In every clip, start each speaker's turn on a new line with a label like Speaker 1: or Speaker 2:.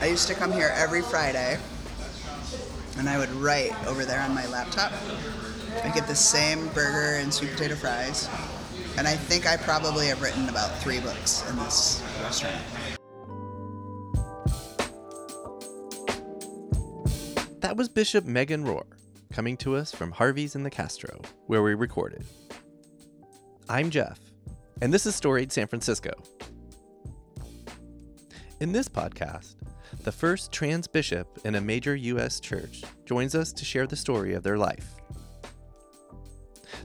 Speaker 1: I used to come here every Friday and I would write over there on my laptop. I get the same burger and sweet potato fries. And I think I probably have written about three books in this restaurant.
Speaker 2: That was Bishop Megan Rohr coming to us from Harvey's in the Castro, where we recorded. I'm Jeff, and this is Storied San Francisco. In this podcast, the first trans bishop in a major U.S. church joins us to share the story of their life.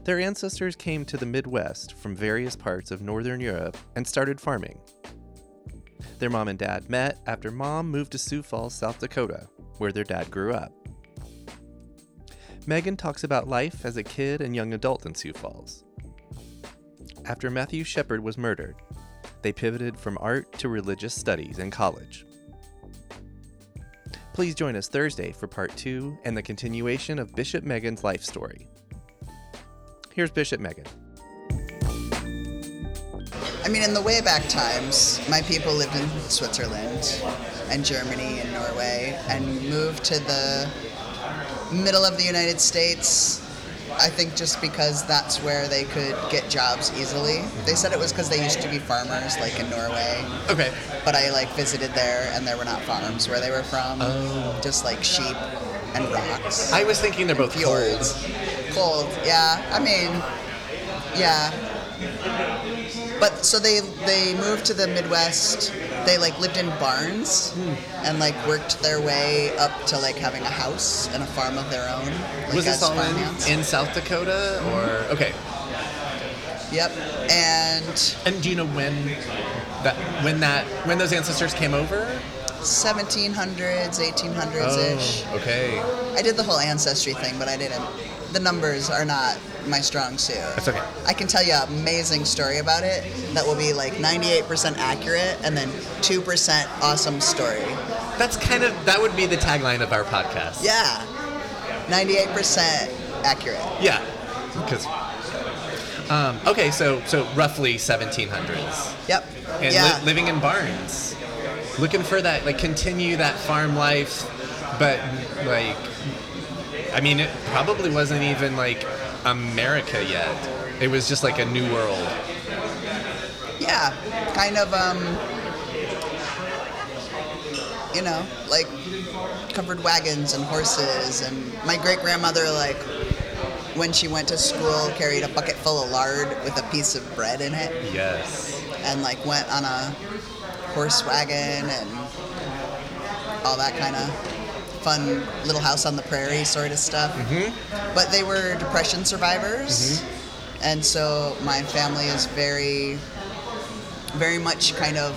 Speaker 2: Their ancestors came to the Midwest from various parts of Northern Europe and started farming. Their mom and dad met after mom moved to Sioux Falls, South Dakota, where their dad grew up. Megan talks about life as a kid and young adult in Sioux Falls. After Matthew Shepard was murdered, they pivoted from art to religious studies in college. Please join us Thursday for part two and the continuation of Bishop Megan's life story. Here's Bishop Megan.
Speaker 1: I mean, in the way back times, my people lived in Switzerland and Germany and Norway and moved to the middle of the United States. I think just because that's where they could get jobs easily. They said it was because they used to be farmers, like in Norway.
Speaker 2: Okay.
Speaker 1: But I like visited there, and there were not farms where they were from. Just like sheep and rocks.
Speaker 2: Oh. I was thinking they're both
Speaker 1: Fjords.
Speaker 2: cold.
Speaker 1: Cold, yeah. I mean, yeah. But so they they moved to the Midwest. They like lived in barns
Speaker 2: Hmm.
Speaker 1: and like worked their way up to like having a house and a farm of their own. Like
Speaker 2: Was
Speaker 1: as
Speaker 2: this all
Speaker 1: farmhands.
Speaker 2: in, in South Dakota or okay?
Speaker 1: Yep. And
Speaker 2: And do you know when that when that when those ancestors came over?
Speaker 1: 1700s, 1800s ish.
Speaker 2: Oh, okay.
Speaker 1: I did the whole ancestry thing, but I didn't. The numbers are not my strong suit.
Speaker 2: That's okay.
Speaker 1: I can tell you an amazing story about it that will be like 98% accurate and then 2% awesome story.
Speaker 2: That's kind of that would be the tagline of our podcast.
Speaker 1: Yeah. 98% accurate.
Speaker 2: Yeah. Because. Um, okay, so so roughly 1700s,
Speaker 1: Yep.
Speaker 2: and
Speaker 1: yeah.
Speaker 2: li- living in barns, looking for that like continue that farm life, but like, I mean, it probably wasn't even like America yet. It was just like a new world.
Speaker 1: yeah. Kind of, um, you know, like covered wagons and horses. And my great grandmother, like, when she went to school, carried a bucket full of lard with a piece of bread in it.
Speaker 2: Yes.
Speaker 1: and like went on a horse wagon and all that kind of fun little house on the prairie sort of stuff. But they were depression survivors, and so my family is very, very much kind of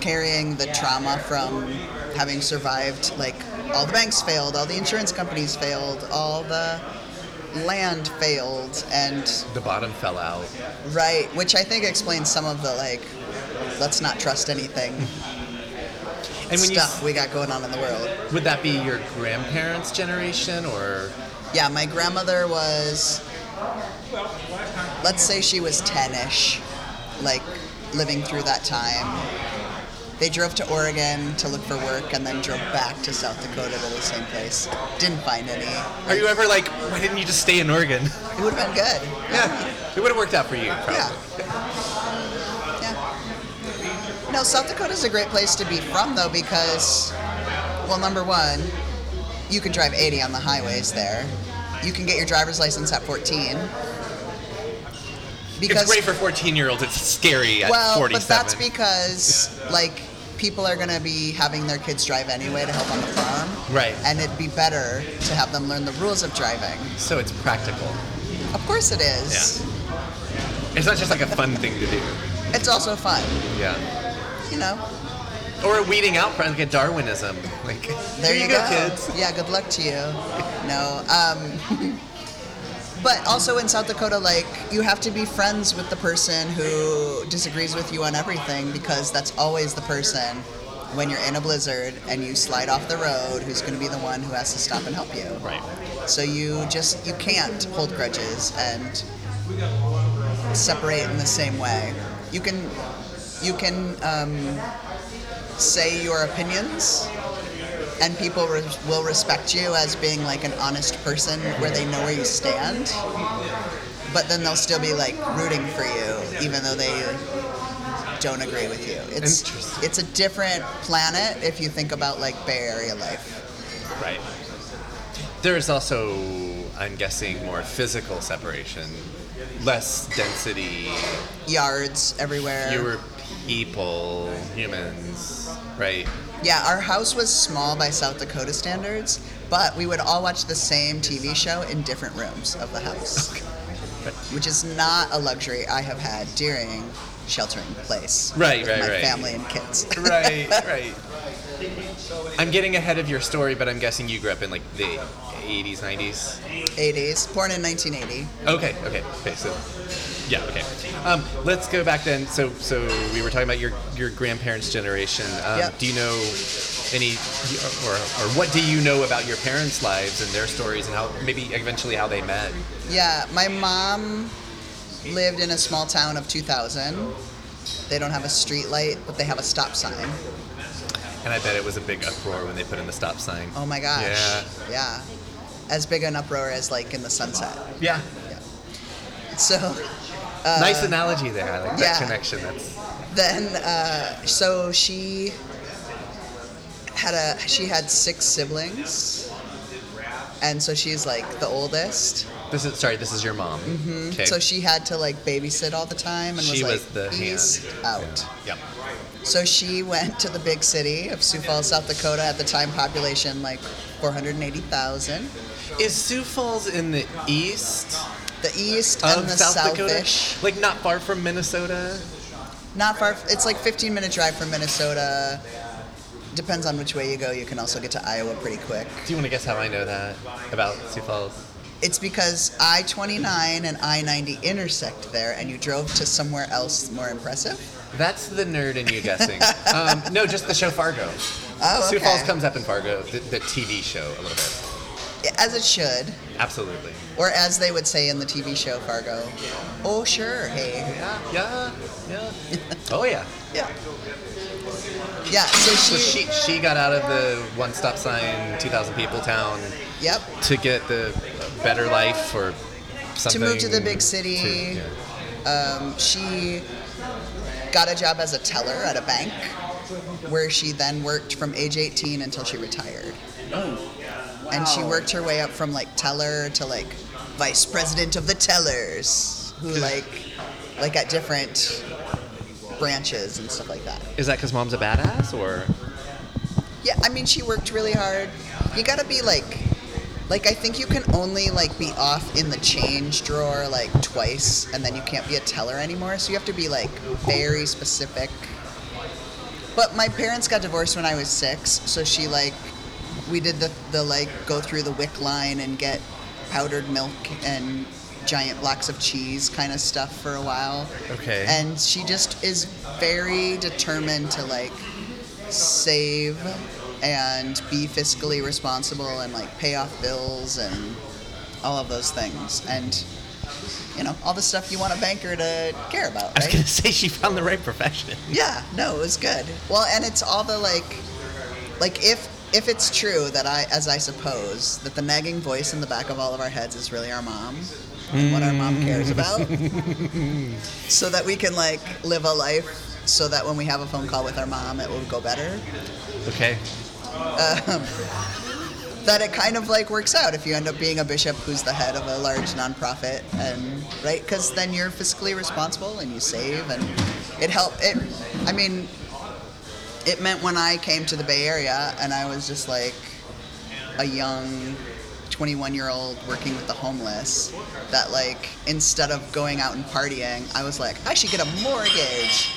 Speaker 1: carrying the trauma from having survived like all the banks failed, all the insurance companies failed, all the land failed, and
Speaker 2: The bottom fell out.
Speaker 1: Right, which I think explains some of the like, let's not trust anything
Speaker 2: And when
Speaker 1: stuff
Speaker 2: you
Speaker 1: we got going on in the world.
Speaker 2: would that be your grandparents' generation or
Speaker 1: Yeah, my grandmother was, let's say she was 10 ish, like living through that time. They drove to Oregon to look for work and then drove back to South Dakota to the same place. Didn't find any.
Speaker 2: are you ever like, why didn't you just stay in Oregon?
Speaker 1: It would have been good.
Speaker 2: Yeah, it would have worked out for you. Probably.
Speaker 1: Yeah. Yeah. No, South Dakota's a great place to be from, though, because, well, number one, you can drive 80 on the highways there. You can get your driver's license at 14.
Speaker 2: it's great for 14 year olds. It's scary at
Speaker 1: well,
Speaker 2: 47.
Speaker 1: but that's because, like, people are going to be having their kids drive anyway to help on the farm.
Speaker 2: Right.
Speaker 1: And it'd be better to have them learn the rules of driving.
Speaker 2: so it's practical.
Speaker 1: Of course it is.
Speaker 2: It's not just like a fun thing to do.
Speaker 1: It's also fun,
Speaker 2: Yeah.
Speaker 1: you know?
Speaker 2: Or a weeding out, like a Darwinism. Like,
Speaker 1: There
Speaker 2: here
Speaker 1: you,
Speaker 2: you,
Speaker 1: go.
Speaker 2: kids.
Speaker 1: Yeah, good luck to you. No. Um, but also in South Dakota, like, you have to be friends with the person who disagrees with you on everything because that's always the person when you're in a blizzard and you slide off the road who's going to be the one who has to stop and help you.
Speaker 2: Right.
Speaker 1: So you just, you can't hold grudges and separate in the same way. You can, you can, um, say your opinions and people re- will respect you as being like an honest person where they know where you stand but then they'll still be like rooting for you even though they don't agree with you it's
Speaker 2: Interesting.
Speaker 1: it's a different planet if you think about like bay area life
Speaker 2: Right. There is also, I'm guessing, more physical separation, less density,
Speaker 1: yards everywhere
Speaker 2: fewer people, humans, right?
Speaker 1: Yeah, our house was small by South Dakota standards, but we would all watch the same TV show in different rooms of the house, which is not a luxury I have had during sheltering in place.
Speaker 2: Right,
Speaker 1: with
Speaker 2: right,
Speaker 1: my
Speaker 2: right.
Speaker 1: family and kids.
Speaker 2: Right, right. I'm getting ahead of your story, but I'm guessing you grew up in like the 80s, 90s.
Speaker 1: 80s, born in 1980.
Speaker 2: Okay, okay, okay. So, yeah, okay. Um, let's go back then. So, so we were talking about your your grandparents' generation. Um,
Speaker 1: Yep.
Speaker 2: Do you know any, or or what do you know about your parents' lives and their stories and how maybe eventually how they met?
Speaker 1: Yeah, my mom lived in a small town of 2,000. They don't have a street light, but they have a stop sign.
Speaker 2: And I bet it was a big uproar when they put in the stop sign.
Speaker 1: Oh my gosh.
Speaker 2: Yeah.
Speaker 1: yeah. As big an uproar as like in the sunset.
Speaker 2: Yeah.
Speaker 1: So
Speaker 2: nice analogy there. I like that
Speaker 1: Uh, yeah.
Speaker 2: connection. That's
Speaker 1: then uh, so she had a she had six siblings and so she's like the oldest
Speaker 2: this is sorry. This is your mom. Okay.
Speaker 1: Mm-hmm. so she had to like babysit all the time and
Speaker 2: She
Speaker 1: was
Speaker 2: was
Speaker 1: like
Speaker 2: the hand.
Speaker 1: eased out
Speaker 2: Yep.
Speaker 1: so she went to the big city of sioux falls south dakota at the time population like 480000
Speaker 2: Is Sioux Falls in the east
Speaker 1: the east
Speaker 2: of
Speaker 1: and the
Speaker 2: South Dakota?
Speaker 1: southish
Speaker 2: Like not far from Minnesota.
Speaker 1: not far it's like 15 minute drive from minnesota depends on which way you go you can also get to iowa pretty quick
Speaker 2: Do you want to guess how I know that about Sioux Falls?
Speaker 1: It's because I 29 and I 90 intersect there, and you drove to somewhere else more impressive.
Speaker 2: That's the nerd in you guessing. um, no, just the show Fargo.
Speaker 1: Oh,
Speaker 2: Sioux Falls
Speaker 1: okay.
Speaker 2: comes up in Fargo, the, the TV show a little bit.
Speaker 1: As it should,
Speaker 2: Absolutely.
Speaker 1: or as they would say in the TV show Fargo. Oh, sure, hey.
Speaker 2: Yeah, yeah, yeah. oh yeah.
Speaker 1: Yeah. Yeah, so
Speaker 2: So
Speaker 1: she.
Speaker 2: she she got out of the one stop sign, two thousand people town
Speaker 1: yep.
Speaker 2: to get the better life or something.
Speaker 1: to the big city.
Speaker 2: to- yeah.
Speaker 1: Um, she got a job as a teller at a bank, where she then worked from age 18 until she retired. and she worked her way up from like teller to like vice president of the tellers who like like at different branches and stuff like that
Speaker 2: Is that because mom's a badass or?
Speaker 1: yeah i mean she worked really hard you gotta be like like i think you can only like be off in the change drawer like twice and then you can't be a teller anymore so you have to be like very specific but my parents got divorced when i was six so she like we did the, the like go through the wick line and get powdered milk and giant blocks of cheese kind of stuff for a while
Speaker 2: Okay.
Speaker 1: and she just is very determined to like save and be fiscally responsible and like pay off bills and all of those things and you know all the stuff you want a banker to care about
Speaker 2: I was gonna
Speaker 1: right
Speaker 2: say she found the right profession.
Speaker 1: yeah no it was good well and it's all the like like if if it's true that i as i suppose that the nagging voice in the back of all of our heads is really our mom and what our mom cares about so that we can like live a life so that when we have a phone call with our mom it will go better
Speaker 2: Okay.
Speaker 1: that it kind of like works out if you end up being a bishop who's the head of a large nonprofit and right because then you're fiscally responsible and you save and it helped it i mean it meant when i came to the bay area and i was just like a young 21 year old working with the homeless that like instead of going out and partying i was like i should get a mortgage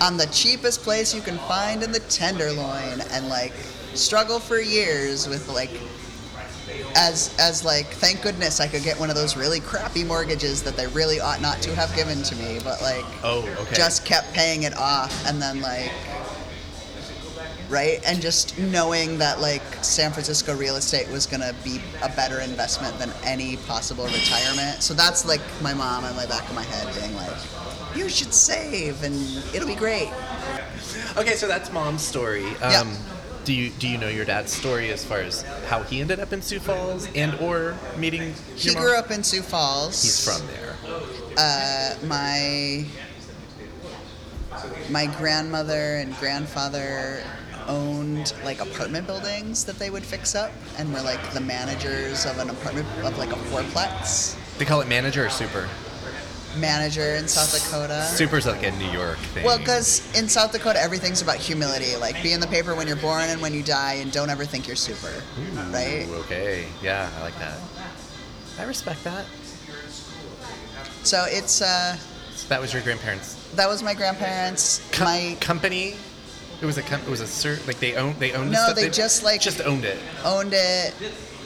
Speaker 1: on the cheapest place you can find in the tenderloin and like struggle for years with like as as like thank goodness i could get one of those really crappy mortgages that they really ought not to have given to me but like
Speaker 2: Oh, okay.
Speaker 1: just kept paying it off and then like right and just knowing that like san francisco real estate was going to be a better investment than any possible retirement so that's like my mom in my back of my head being like you should save and it'll be great
Speaker 2: Okay, so that's mom's story.
Speaker 1: Yeah.
Speaker 2: Um, Do you do you know your dad's story as far as how he ended up in Sioux Falls and or meeting? Your
Speaker 1: He
Speaker 2: mom?
Speaker 1: grew up in Sioux Falls.
Speaker 2: He's from there.
Speaker 1: uh, my my grandmother and grandfather owned like apartment buildings that they would fix up and were like the managers of an apartment of like a fourplex
Speaker 2: They call it manager or super.
Speaker 1: manager in South Dakota.
Speaker 2: Super's like a New York thing.
Speaker 1: Well, because in South Dakota, everything's about humility. Like, be in the paper when you're born and when you die, and don't ever think you're super, right?
Speaker 2: Ooh, okay, yeah, I like that. I respect that.
Speaker 1: So it's uh,
Speaker 2: So that was your grandparents'
Speaker 1: that was my grandparents.
Speaker 2: co-
Speaker 1: my
Speaker 2: company. It was a com- it was a cer like they owned they owned.
Speaker 1: No,
Speaker 2: stuff?
Speaker 1: they just, like-
Speaker 2: just owned it.
Speaker 1: owned it.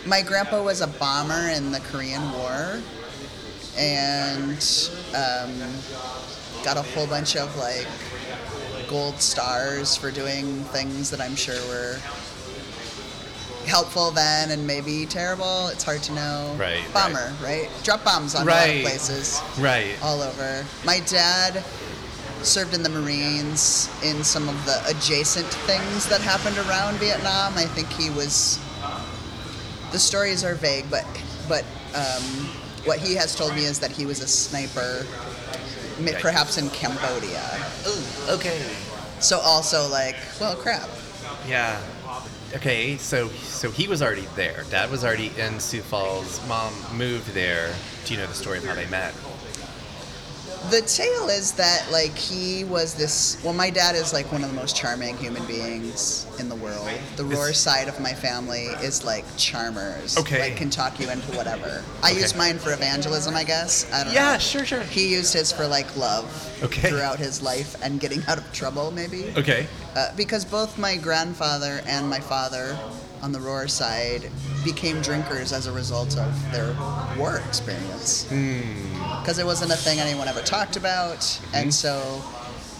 Speaker 1: My grandpa was a bomber in the Korean War, and um, got a whole bunch of like gold stars for doing things that I'm sure were helpful then and maybe terrible. It's hard to know.
Speaker 2: Right, right.
Speaker 1: Bomber, right? Drop bombs on a lot
Speaker 2: Right.
Speaker 1: of places
Speaker 2: Right.
Speaker 1: all over. My dad served in the Marines in some of the adjacent things that happened around Vietnam. I think he was. The stories are vague, but but um, what he has told me is that he was a sniper, mi-
Speaker 2: Yikes.
Speaker 1: perhaps in Cambodia.
Speaker 2: Ooh, okay.
Speaker 1: So also like, well, crap.
Speaker 2: Yeah. Okay, so so he was already there. Dad was already in Sioux Falls. Mom moved there. Do you know the story of how they met?
Speaker 1: The tale is that like he was this. Well, my dad is like one of the most charming human beings in the world. The roar
Speaker 2: Is-
Speaker 1: side of my family is like charmers.
Speaker 2: Okay.
Speaker 1: like can talk you into whatever. I
Speaker 2: Okay.
Speaker 1: used mine for evangelism, I guess. I don't know.
Speaker 2: sure, sure.
Speaker 1: He used his for like love
Speaker 2: Okay.
Speaker 1: throughout his life and getting out of trouble, maybe.
Speaker 2: Okay.
Speaker 1: Uh, because both my grandfather and my father on the roar side became drinkers as a result of their war experience because it wasn't a thing anyone ever talked about and so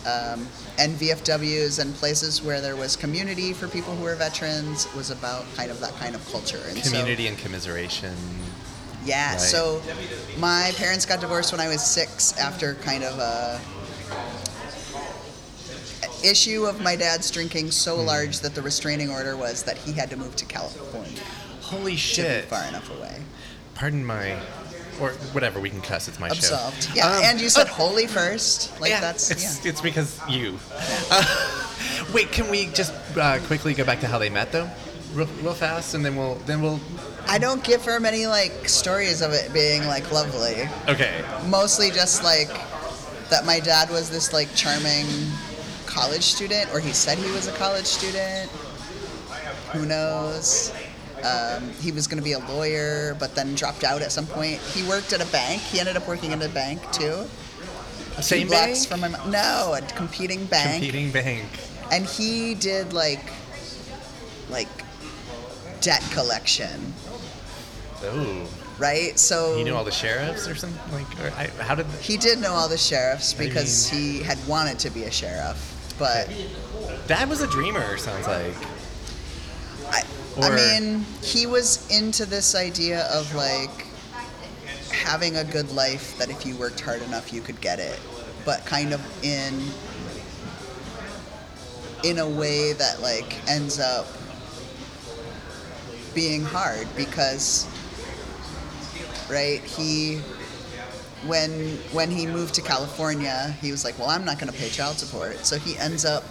Speaker 1: um, and vfws and places where there was community for people who were veterans was about kind of that kind of culture and so-
Speaker 2: Community and commiseration.
Speaker 1: yeah.
Speaker 2: Right.
Speaker 1: So my parents got divorced when I was six after kind of a issue of my dad's drinking so
Speaker 2: Hmm.
Speaker 1: large that the restraining order was that he had to move to California
Speaker 2: Holy
Speaker 1: to be
Speaker 2: shit.
Speaker 1: far enough away.
Speaker 2: Pardon my or whatever we can cuss. It's my
Speaker 1: Absolved.
Speaker 2: show.
Speaker 1: Yeah.
Speaker 2: Um,
Speaker 1: and you said
Speaker 2: oh,
Speaker 1: holy first. Like
Speaker 2: yeah,
Speaker 1: that's
Speaker 2: it's,
Speaker 1: yeah.
Speaker 2: it's because you. Uh, wait, can we just uh, quickly go back to how they met though, real, real fast, and then we'll then we'll.
Speaker 1: I don't give her many like stories of it being like lovely.
Speaker 2: Okay.
Speaker 1: mostly just like that my dad was this like charming college student or he said he was a college student who knows um, he was going to be a lawyer but then dropped out at some point he worked at a bank he ended up working at a bank too Two
Speaker 2: Same
Speaker 1: blocks
Speaker 2: bank.
Speaker 1: from my mom no a competing bank
Speaker 2: Competing bank.
Speaker 1: and he did like like debt collection
Speaker 2: Oh.
Speaker 1: right so
Speaker 2: You knew all the sheriffs or something? Like, or I, how did?
Speaker 1: he did know all the sheriffs
Speaker 2: do you
Speaker 1: because he had wanted to be a sheriff but
Speaker 2: Dad was a dreamer. Sounds like.
Speaker 1: I,
Speaker 2: Or-
Speaker 1: I mean, he was into this idea of like having a good life that if you worked hard enough you could get it, but kind of in in a way that like ends up being hard because right he when when he moved to California he was like well I'm not going to pay child support so he ends up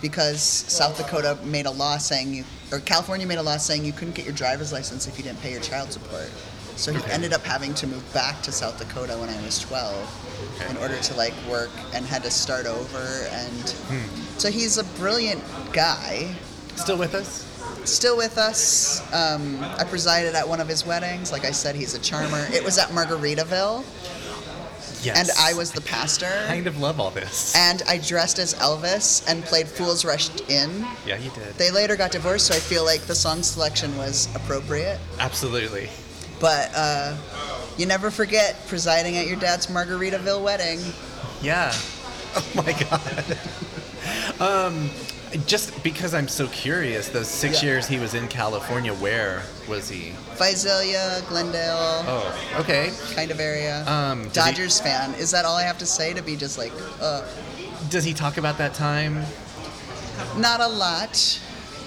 Speaker 1: because South Dakota made a law saying you, or California made a law saying you couldn't get your driver's license if you didn't pay your child support. So he
Speaker 2: Okay.
Speaker 1: ended up having to move back to South Dakota when I was 12 in order to like work and had to start over. And
Speaker 2: Hmm.
Speaker 1: so he's a brilliant guy.
Speaker 2: Still with us?
Speaker 1: Still with us. Um, I presided at one of his weddings. Like I said, he's a charmer. It was at Margaritaville,
Speaker 2: Yes.
Speaker 1: and I was the pastor.
Speaker 2: kind of love all this.
Speaker 1: And I dressed as Elvis and played Fools Rushed In.
Speaker 2: yeah, you did.
Speaker 1: They later got divorced, so I feel like the song selection was appropriate.
Speaker 2: Absolutely.
Speaker 1: But uh, you never forget presiding at your dad's Margaritaville wedding.
Speaker 2: Yeah. Oh my god. um, just because I'm so curious, those six
Speaker 1: Yeah.
Speaker 2: years he was in California, where was he?
Speaker 1: Visalia, Glendale,
Speaker 2: Oh, okay.
Speaker 1: kind of area.
Speaker 2: Um, did he-
Speaker 1: Dodgers fan. Is that all I have to say to be just like, uh,
Speaker 2: does he talk about that time?
Speaker 1: Not a lot.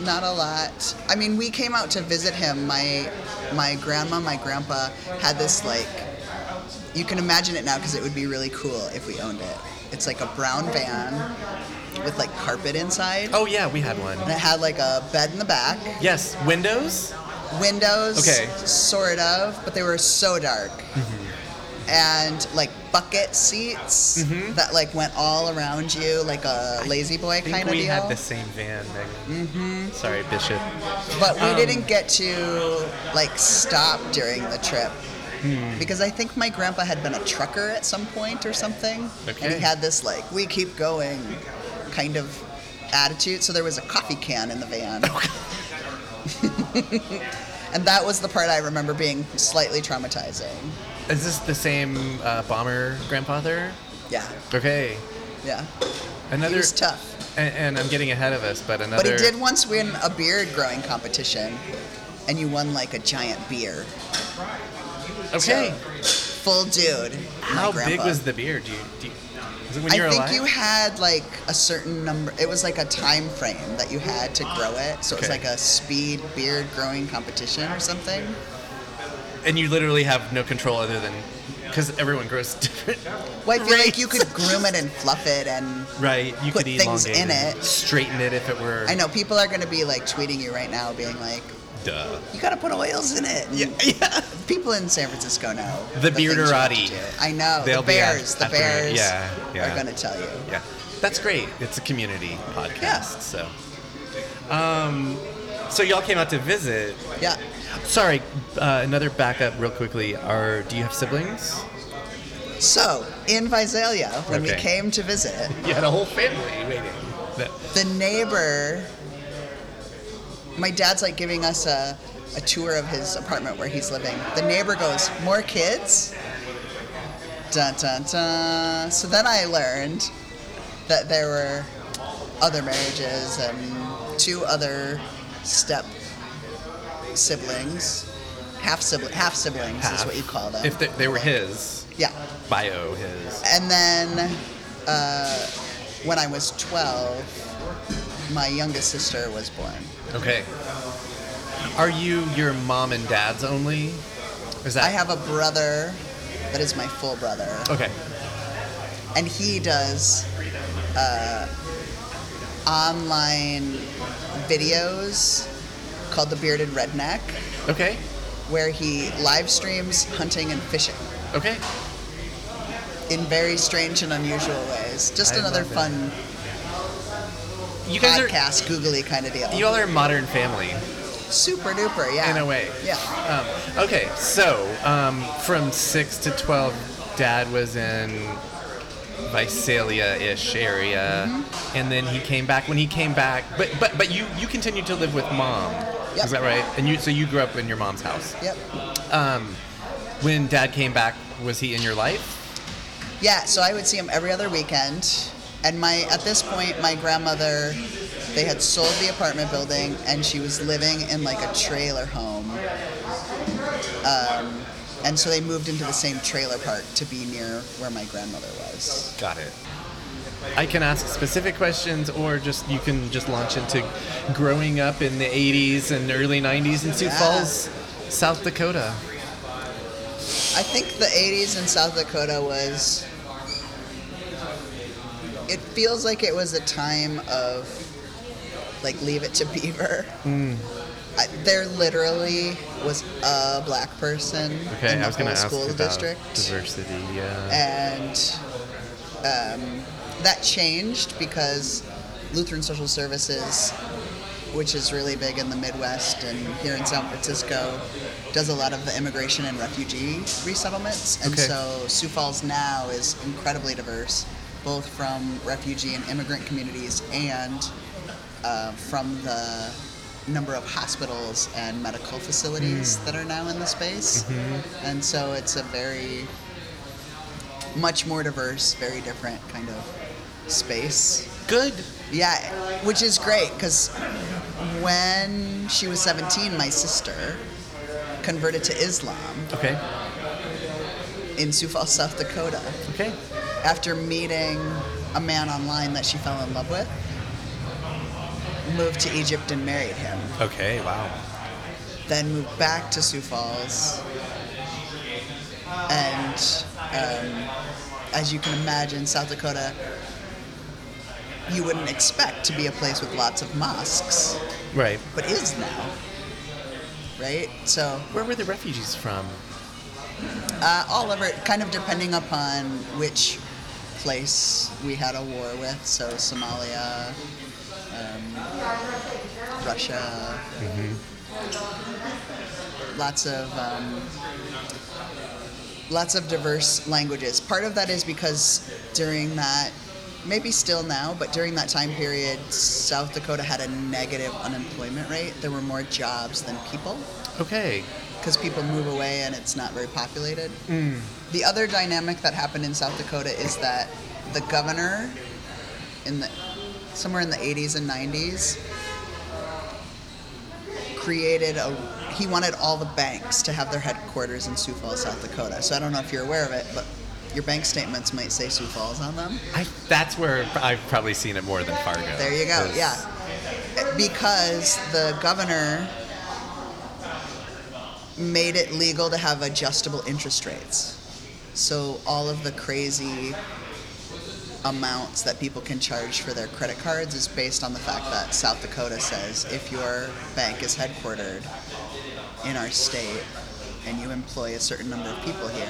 Speaker 1: Not a lot. I mean, we came out to visit him. My my grandma, my grandpa had this like you can imagine it now because it would be really cool if we owned it. It's like a brown van with like carpet inside.
Speaker 2: Oh yeah, we had one.
Speaker 1: And it had like a bed in the back,
Speaker 2: Yes, windows.
Speaker 1: windows,
Speaker 2: Okay.
Speaker 1: sort of, but they were so dark.
Speaker 2: Mm-hmm.
Speaker 1: And like bucket seats that like went all around you, like a lazy boy
Speaker 2: I think
Speaker 1: kind of
Speaker 2: we
Speaker 1: deal.
Speaker 2: had the same van. Mm-hmm. Sorry, Bishop.
Speaker 1: But
Speaker 2: Um,
Speaker 1: we didn't get to like stop during the trip.
Speaker 2: Hmm.
Speaker 1: Because I think my grandpa had been a trucker at some point or something. And
Speaker 2: Okay.
Speaker 1: he had this like, we keep going kind of attitude. So there was a coffee can in the van. and that was the part I remember being slightly traumatizing.
Speaker 2: Is this the same uh, bomber grandfather?
Speaker 1: Yeah.
Speaker 2: Okay,
Speaker 1: Yeah.
Speaker 2: another.
Speaker 1: He was tough.
Speaker 2: And, and I'm getting ahead of us, but another.
Speaker 1: But he did once win a beard growing competition. And you won like a giant beer.
Speaker 2: Okay.
Speaker 1: Full dude. my
Speaker 2: How big
Speaker 1: grandpa.
Speaker 2: was the beard? Do you, do you, was it when
Speaker 1: I
Speaker 2: you were
Speaker 1: think
Speaker 2: alive?
Speaker 1: you had like a certain number. It was like a time frame that you had to grow it. So it was
Speaker 2: Okay.
Speaker 1: like a speed beard growing competition or something.
Speaker 2: and you literally have no control other than because everyone grows different.
Speaker 1: Well, I feel like you could groom it and fluff it, and
Speaker 2: Right. You
Speaker 1: Put
Speaker 2: could
Speaker 1: things
Speaker 2: elongate
Speaker 1: in
Speaker 2: and
Speaker 1: it.
Speaker 2: Straighten it if it were.
Speaker 1: I know people are going to be like tweeting you right now, being like,
Speaker 2: Duh.
Speaker 1: "You got to put oils in it." And
Speaker 2: Yeah. yeah.
Speaker 1: People in San Francisco know
Speaker 2: The
Speaker 1: things you
Speaker 2: bearderati.
Speaker 1: have to do. I know
Speaker 2: They'll
Speaker 1: the
Speaker 2: be at-
Speaker 1: bears. The
Speaker 2: at the-
Speaker 1: bears
Speaker 2: yeah, yeah.
Speaker 1: are going to tell you.
Speaker 2: Yeah. That's great. It's a community podcast.
Speaker 1: Yeah.
Speaker 2: So. Um, so y'all came out to visit.
Speaker 1: Yeah.
Speaker 2: Sorry, uh, another backup real quickly. Are do you have siblings?
Speaker 1: So in Visalia, when we
Speaker 2: Okay.
Speaker 1: came to visit,
Speaker 2: You had a whole family waiting. That-
Speaker 1: the neighbor my dad's like giving us a, a tour of his apartment where he's living the neighbor goes more kids dun, dun, dun. so then i learned that there were other marriages and two other step siblings half sibling half siblings is what you call them
Speaker 2: If they, they were his
Speaker 1: yeah
Speaker 2: bio, his.
Speaker 1: and then uh, when I was 12, my youngest sister was born.
Speaker 2: Okay. Are you your mom and dad's only? Is that
Speaker 1: I have a brother that is my full brother,
Speaker 2: okay?
Speaker 1: and he does uh, online videos called The Bearded Redneck,
Speaker 2: Okay.
Speaker 1: where he live streams hunting and fishing
Speaker 2: Okay.
Speaker 1: in very strange and unusual ways. Just
Speaker 2: I
Speaker 1: another
Speaker 2: love it.
Speaker 1: fun
Speaker 2: You guys
Speaker 1: podcast, googly kind of deal.
Speaker 2: are you all are a modern family
Speaker 1: Super duper, yeah.
Speaker 2: in a way.
Speaker 1: Yeah.
Speaker 2: Um, okay, so um, from six to twelve, Dad was in Visalia-ish area,
Speaker 1: Mm-hmm.
Speaker 2: and then he came back. When he came back, but but but you you continued to live with Mom.
Speaker 1: Yep.
Speaker 2: Is that right? And you so you grew up in your mom's house.
Speaker 1: Yep.
Speaker 2: Um, when Dad came back, was he in your life?
Speaker 1: Yeah, so I would see him every other weekend. And my at this point, my grandmother, they had sold the apartment building, and she was living in like a trailer home. Um, and so they moved into the same trailer park to be near where my grandmother was.
Speaker 2: Got it. I can ask specific questions, or just you can just launch into growing up in the '80s and early '90s in Sioux
Speaker 1: Yeah.
Speaker 2: Falls, South Dakota.
Speaker 1: I think the 80s in South Dakota was. It feels like it was a time of, like, Leave It to Beaver.
Speaker 2: Hmm.
Speaker 1: I, there literally was a black person
Speaker 2: Okay,
Speaker 1: in the
Speaker 2: I was
Speaker 1: whole
Speaker 2: going to ask
Speaker 1: school
Speaker 2: about
Speaker 1: district,
Speaker 2: diversity. Yeah.
Speaker 1: and um, that changed because Lutheran Social Services, which is really big in the Midwest and here in San Francisco, does a lot of the immigration and refugee resettlements, and
Speaker 2: Okay.
Speaker 1: so Sioux Falls now is incredibly diverse, both from refugee and immigrant communities and uh, from the number of hospitals and medical facilities that are now in the space. And so it's a very much more diverse, very different kind of space.
Speaker 2: Good.
Speaker 1: Yeah, which is great because when she was 17, my sister converted to Islam
Speaker 2: Okay.
Speaker 1: in Sioux Falls, South Dakota
Speaker 2: Okay.
Speaker 1: after meeting a man online that she fell in love with, moved to Egypt and married him,
Speaker 2: Okay, wow.
Speaker 1: then moved back to Sioux Falls. And um, as you can imagine, South Dakota, you wouldn't expect to be a place with lots of mosques,
Speaker 2: Right.
Speaker 1: but is now. Right? So
Speaker 2: Where were the refugees from?
Speaker 1: Uh, all over, kind of depending upon which place we had a war with. So Somalia, um, Russia, lots of um, lots of diverse languages. Part of that is because during that. Maybe still now, but during that time period, South Dakota had a negative unemployment rate. There were more jobs than people
Speaker 2: Okay.
Speaker 1: because people move away and it's not very populated. The other dynamic that happened in South Dakota is that the governor, in the somewhere in the 80s and 90s, created a. He wanted all the banks to have their headquarters in Sioux Falls, South Dakota. So I don't know if you're aware of it, but your bank statements might say Sioux Falls on them.
Speaker 2: I, that's where I've probably seen it more than Fargo.
Speaker 1: There you go.
Speaker 2: 'Cause-
Speaker 1: Yeah, because the governor made it legal to have adjustable interest rates. So all of the crazy amounts that people can charge for their credit cards is based on the fact that South Dakota says if your bank is headquartered in our state and you employ a certain number of people here,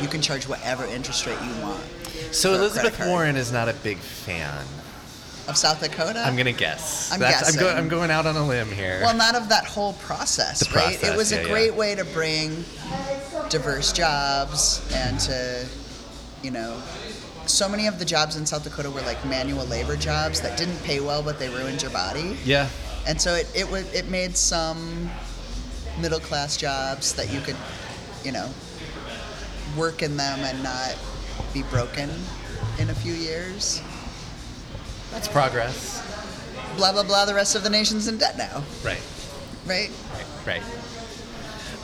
Speaker 1: you can charge whatever interest rate you want
Speaker 2: So
Speaker 1: For a
Speaker 2: Elizabeth
Speaker 1: credit card.
Speaker 2: Warren is not a big fan.
Speaker 1: of South Dakota.
Speaker 2: I'm gonna guess.
Speaker 1: Uh, I'm
Speaker 2: That's, I'm, go,
Speaker 1: guessing.
Speaker 2: I'm going out on a limb here.
Speaker 1: Well, not of that whole process,
Speaker 2: The
Speaker 1: right?
Speaker 2: process,
Speaker 1: it was
Speaker 2: yeah,
Speaker 1: a
Speaker 2: yeah.
Speaker 1: great way to bring diverse jobs and to, you know, so many of the jobs in South Dakota were like manual labor jobs that didn't pay well, but they ruined your body.
Speaker 2: yeah.
Speaker 1: And so it, it, was, it made some middle class jobs that you could, you know, work in them and not be broken in a few years.
Speaker 2: That's progress.
Speaker 1: Blah, blah, blah. The rest of the nation's in debt now,
Speaker 2: Right.
Speaker 1: right?
Speaker 2: Right.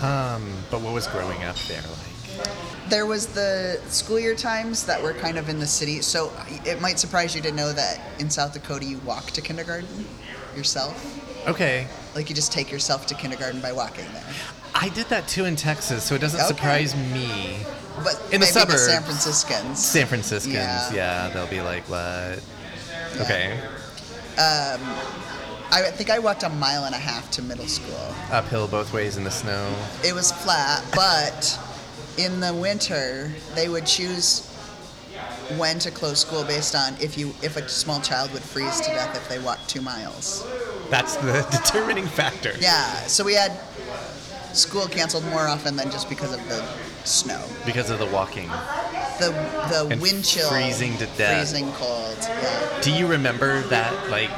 Speaker 2: Right. Um, but what was growing up there like?
Speaker 1: There was the school year times that were kind of in the city. So it might surprise you to know that in South Dakota you walk to kindergarten yourself.
Speaker 2: Okay.
Speaker 1: Like you just take yourself to kindergarten by walking there.
Speaker 2: I did that too in Texas, so it doesn't
Speaker 1: Okay.
Speaker 2: surprise me.
Speaker 1: But
Speaker 2: In the
Speaker 1: maybe
Speaker 2: suburbs.
Speaker 1: San Franciscans.
Speaker 2: San Franciscans, yeah,
Speaker 1: Yeah.
Speaker 2: they'll be like, what? Okay.
Speaker 1: I think I walked a mile and a half to middle school.
Speaker 2: Uphill both ways in the snow.
Speaker 1: It was flat, but in the winter they would choose when to close school based on if you if a small child would freeze to death if they walked two miles.
Speaker 2: That's the determining factor.
Speaker 1: Yeah, so we had school canceled more often than just because of the snow.
Speaker 2: Because of the walking.
Speaker 1: The the
Speaker 2: And
Speaker 1: wind chill,
Speaker 2: freezing to death.
Speaker 1: freezing cold. Yeah,
Speaker 2: Do you remember that, like,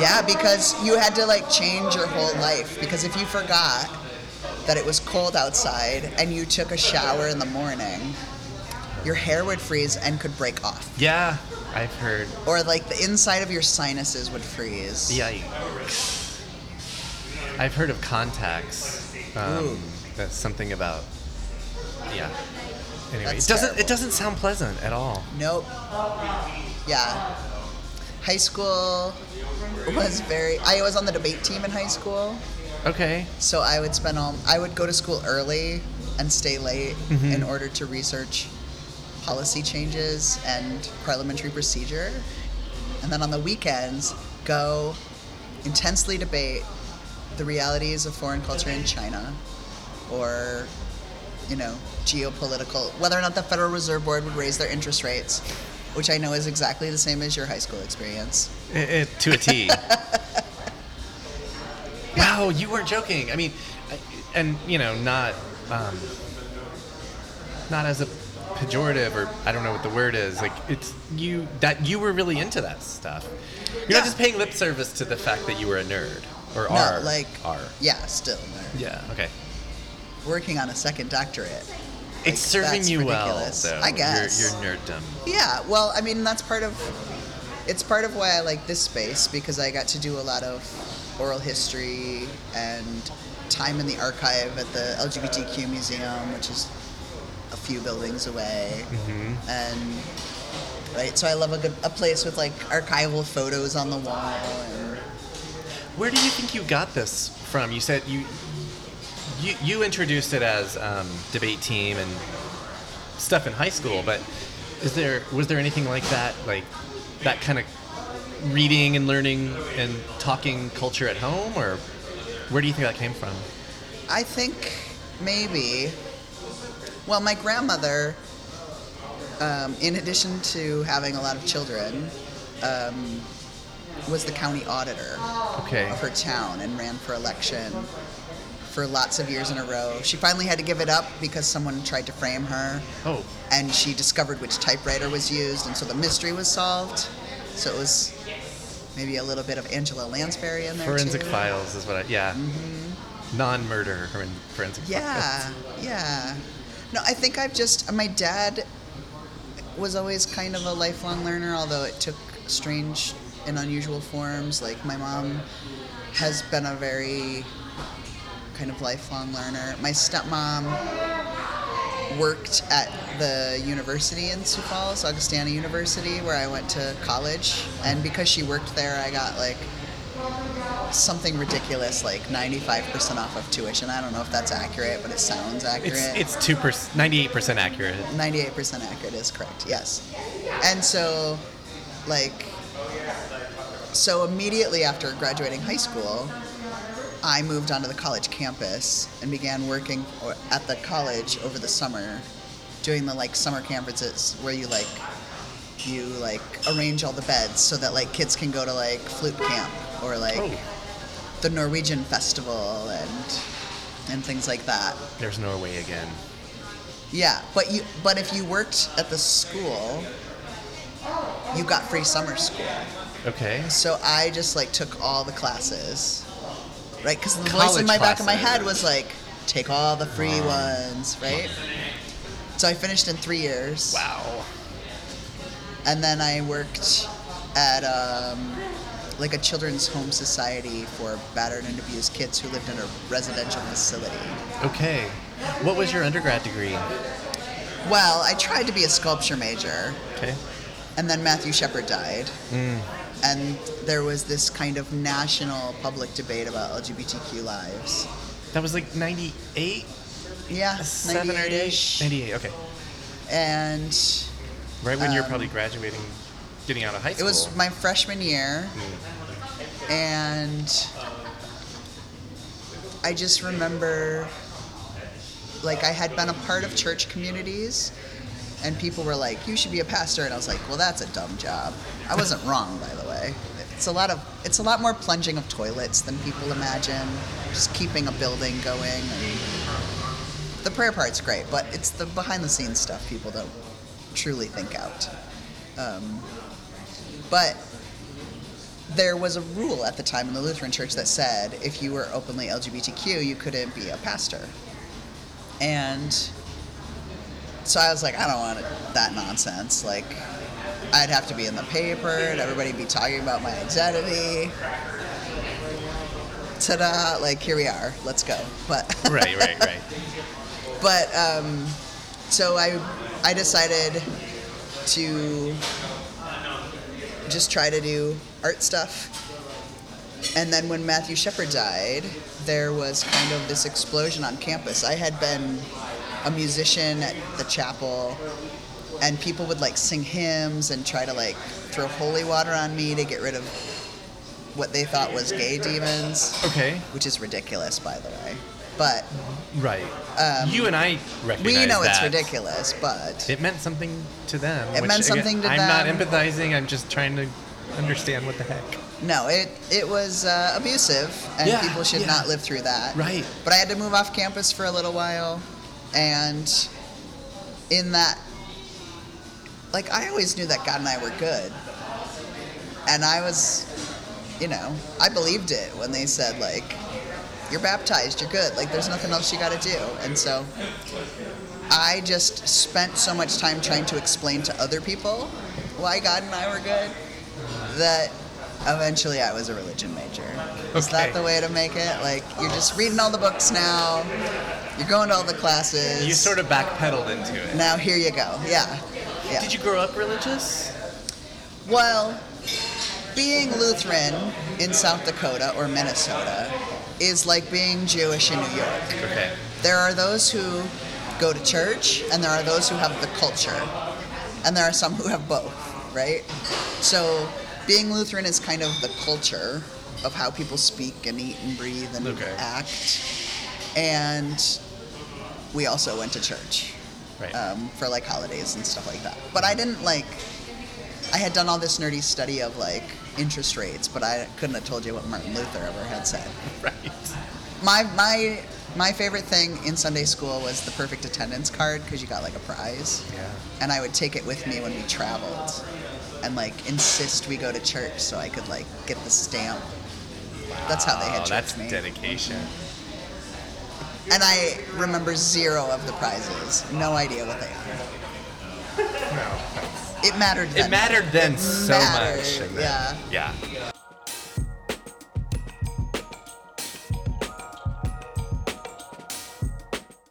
Speaker 1: yeah, because you had to like change your whole life because if you forgot that it was cold outside and you took a shower in the morning, your hair would freeze and could break off,
Speaker 2: yeah, I've heard.
Speaker 1: or like the inside of your sinuses would freeze.
Speaker 2: Yikes. I've heard of contacts.
Speaker 1: Ooh.
Speaker 2: Um, that's something about. Yeah. Anyway,
Speaker 1: That's
Speaker 2: it doesn't. It
Speaker 1: terrible.
Speaker 2: doesn't sound pleasant at all.
Speaker 1: Nope. Yeah. High school was very. I was on the debate team in high school,
Speaker 2: Okay.
Speaker 1: so I would spend all. I would go to school early and stay late in order to research policy changes and parliamentary procedure, and then on the weekends go intensely debate the realities of foreign culture in China, or you know, geopolitical, whether or not the Federal Reserve Board would raise their interest rates, which I know is exactly the same as your high school experience.
Speaker 2: I- I- Eh, to a T. wow, you weren't joking. I mean, I- and you know, not um, not as a pejorative or I don't know what the word is. Like it's you that you were really into that stuff. You're
Speaker 1: Yeah.
Speaker 2: not just paying lip service to the fact that you were a nerd or
Speaker 1: No,
Speaker 2: are
Speaker 1: like,
Speaker 2: are.
Speaker 1: yeah, still nerd.
Speaker 2: Yeah. Okay.
Speaker 1: working on a second doctorate.
Speaker 2: It's serving
Speaker 1: that's
Speaker 2: you
Speaker 1: ridiculous.
Speaker 2: well, though.
Speaker 1: I guess.
Speaker 2: your, your nerddom.
Speaker 1: Yeah, well, I mean that's part of it's part of why I like this space because I got to do a lot of oral history and time in the archive at the LGBTQ museum, which is a few buildings away, and right? So I love a good a place with like archival photos on the wall. And
Speaker 2: Where do you think you got this from? You said you you, you introduced it as um, debate team and stuff in high school, but is there was there anything like that, like that kind of reading and learning and talking culture at home, or where do you think that came from?
Speaker 1: I think maybe. Well, my grandmother, um, in addition to having a lot of children, um, was the county auditor
Speaker 2: Okay.
Speaker 1: of her town and ran for election for lots of years in a row. She finally had to give it up because someone tried to frame her.
Speaker 2: Oh,
Speaker 1: and she discovered which typewriter was used, and so the mystery was solved. So it was maybe a little bit of Angela Lansbury in there
Speaker 2: forensic
Speaker 1: too.
Speaker 2: files is what I yeah. Mm-hmm. Non-murder or in forensic files.
Speaker 1: Yeah, yeah. No, I think I've just my dad was always kind of a lifelong learner, although it took strange and unusual forms. Like my mom has been a very kind of lifelong learner. My stepmom worked at the university in Sioux Falls, Augustana University, where I went to college, and because she worked there, I got like something ridiculous like 95% off of tuition. I don't know if that's accurate, but it sounds accurate.
Speaker 2: It's it's two percent, ninety-eight percent accurate.
Speaker 1: 98% accurate is correct, yes. And so, like, so immediately after graduating high school, I moved onto the college campus and began working o- at the college over the summer, doing the like summer conferences where you like you like arrange all the beds so that like kids can go to like flute camp or like
Speaker 2: Oh,
Speaker 1: the Norwegian festival and and things like that.
Speaker 2: there's Norway again.
Speaker 1: Yeah, but you but if you worked at the school, you got free summer school.
Speaker 2: Okay.
Speaker 1: So I just like took all the classes, right? Because the voice
Speaker 2: College
Speaker 1: in my back of my
Speaker 2: classes.
Speaker 1: head was like, take all the free ones, right? So I finished in three years,
Speaker 2: Wow.
Speaker 1: and then I worked at um, like a children's home society for battered and abused kids who lived in a residential facility.
Speaker 2: Okay. What was your undergrad degree?
Speaker 1: Well, I tried to be a sculpture major,
Speaker 2: Okay.
Speaker 1: and then Matthew Shepard died. And there was this kind of national public debate about LGBTQ lives.
Speaker 2: That was like 98,
Speaker 1: Yeah,
Speaker 2: 7 or 8?
Speaker 1: 98-ish.
Speaker 2: 98, okay.
Speaker 1: And
Speaker 2: Right when you're probably graduating, getting out of high
Speaker 1: Um, it
Speaker 2: school.
Speaker 1: was my freshman year. And I just remember, like, I had been a part of church communities, and people were like, "You should be a pastor," and I was like, "Well, that's a dumb job." I wasn't wrong, by the way. It's a lot of it's a lot more plunging of toilets than people imagine. Just keeping a building going. And the prayer part's great, but it's the behind the scenes stuff people don't truly think out. Um, But there was a rule at the time in the Lutheran Church that said if you were openly LGBTQ, you couldn't be a pastor. And so I was like, I don't want it- that nonsense. Like, I'd have to be in the paper and everybody be talking about my identity. Ta da! Like, here we are. Let's go. But
Speaker 2: right, right, right.
Speaker 1: but um, so I I decided to just try to do art stuff. And then when Matthew Shepard died, there was kind of this explosion on campus. I had been a musician at the chapel, and people would like sing hymns and try to like throw holy water on me to get rid of what they thought was gay demons,
Speaker 2: Okay.
Speaker 1: which is ridiculous, by the way. But
Speaker 2: Right. you and I recognize
Speaker 1: we Um, know it's
Speaker 2: that.
Speaker 1: ridiculous, but
Speaker 2: It meant something to them.
Speaker 1: It
Speaker 2: which,
Speaker 1: meant
Speaker 2: again,
Speaker 1: something to
Speaker 2: I'm
Speaker 1: them.
Speaker 2: not empathizing. I'm just trying to understand what the heck.
Speaker 1: no, it it was uh, abusive, and
Speaker 2: Yeah,
Speaker 1: people should
Speaker 2: yeah.
Speaker 1: not live through that.
Speaker 2: Right.
Speaker 1: But I had to move off campus for a little while, and in that, like I always knew that God and I were good, and I was, you know, I believed it when they said like, "You're baptized, you're good. Like there's nothing else you got to do," and so. I just spent so much time trying to explain to other people why God and I were good that eventually I was a religion major. Is
Speaker 2: Okay.
Speaker 1: that the way to make it? Like, you're just reading all the books now, you're going to all the classes.
Speaker 2: You sort of backpedaled into it.
Speaker 1: Now, here you go. Yeah. Yeah.
Speaker 2: Did you grow up religious?
Speaker 1: Well, being Lutheran in South Dakota or Minnesota is like being Jewish in New York.
Speaker 3: Okay.
Speaker 1: There are those who go to church, and there are those who have the culture, and there are some who have both, right? So, being Lutheran is kind of the culture of how people speak and eat and breathe and
Speaker 3: Okay.
Speaker 1: act. And we also went to church
Speaker 3: Right.
Speaker 1: um, for like holidays and stuff like that. But I didn't like. I had done all this nerdy study of like interest rates, but I couldn't have told you what Martin Luther ever had said.
Speaker 3: right.
Speaker 1: My my my favorite thing in Sunday school was the perfect attendance card because you got like a prize,
Speaker 3: Yeah.
Speaker 1: and I would take it with me when we traveled, and like insist we go to church so I could like get the stamp. That's how they had
Speaker 3: oh,
Speaker 1: church
Speaker 3: that's
Speaker 1: me.
Speaker 3: dedication.
Speaker 1: And I remember zero of the prizes. No idea what they are.
Speaker 3: No.
Speaker 1: It mattered then.
Speaker 3: It mattered then
Speaker 1: It
Speaker 3: so
Speaker 1: mattered,
Speaker 3: much. and then-
Speaker 1: yeah.
Speaker 3: Yeah.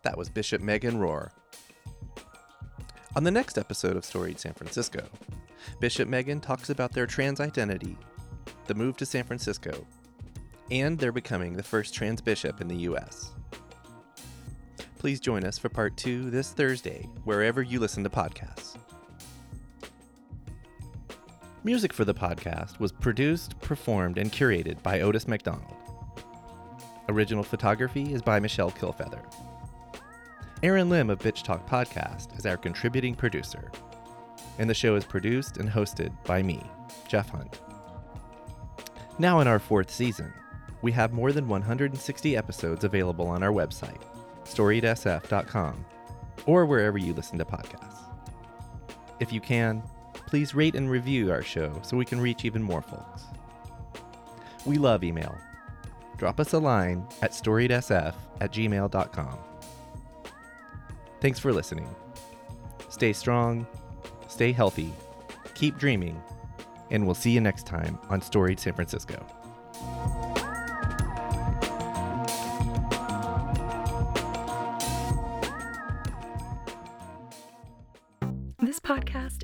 Speaker 2: That was Bishop Megan Rohr. On the next episode of Storied San Francisco, Bishop Megan talks about their trans identity, the move to San Francisco, and their becoming the first trans bishop in the U.S. Please join us for part two this Thursday, wherever you listen to podcasts. Music for the podcast was produced, performed, and curated by Otis McDonald. Original photography is by Michelle Kilfeather. Aaron Lim of Bitch Talk Podcast is our contributing producer. And the show is produced and hosted by me, Jeff Hunt. Now in our fourth season, we have more than 160 episodes available on our website, storiedsf.com, or wherever you listen to podcasts. If you can, please rate and review our show so we can reach even more folks. We love email. Drop us a line at storiedsf at gmail.com. Thanks for listening. Stay strong, stay healthy, keep dreaming, and we'll see you next time on Storied San Francisco.
Speaker 4: This podcast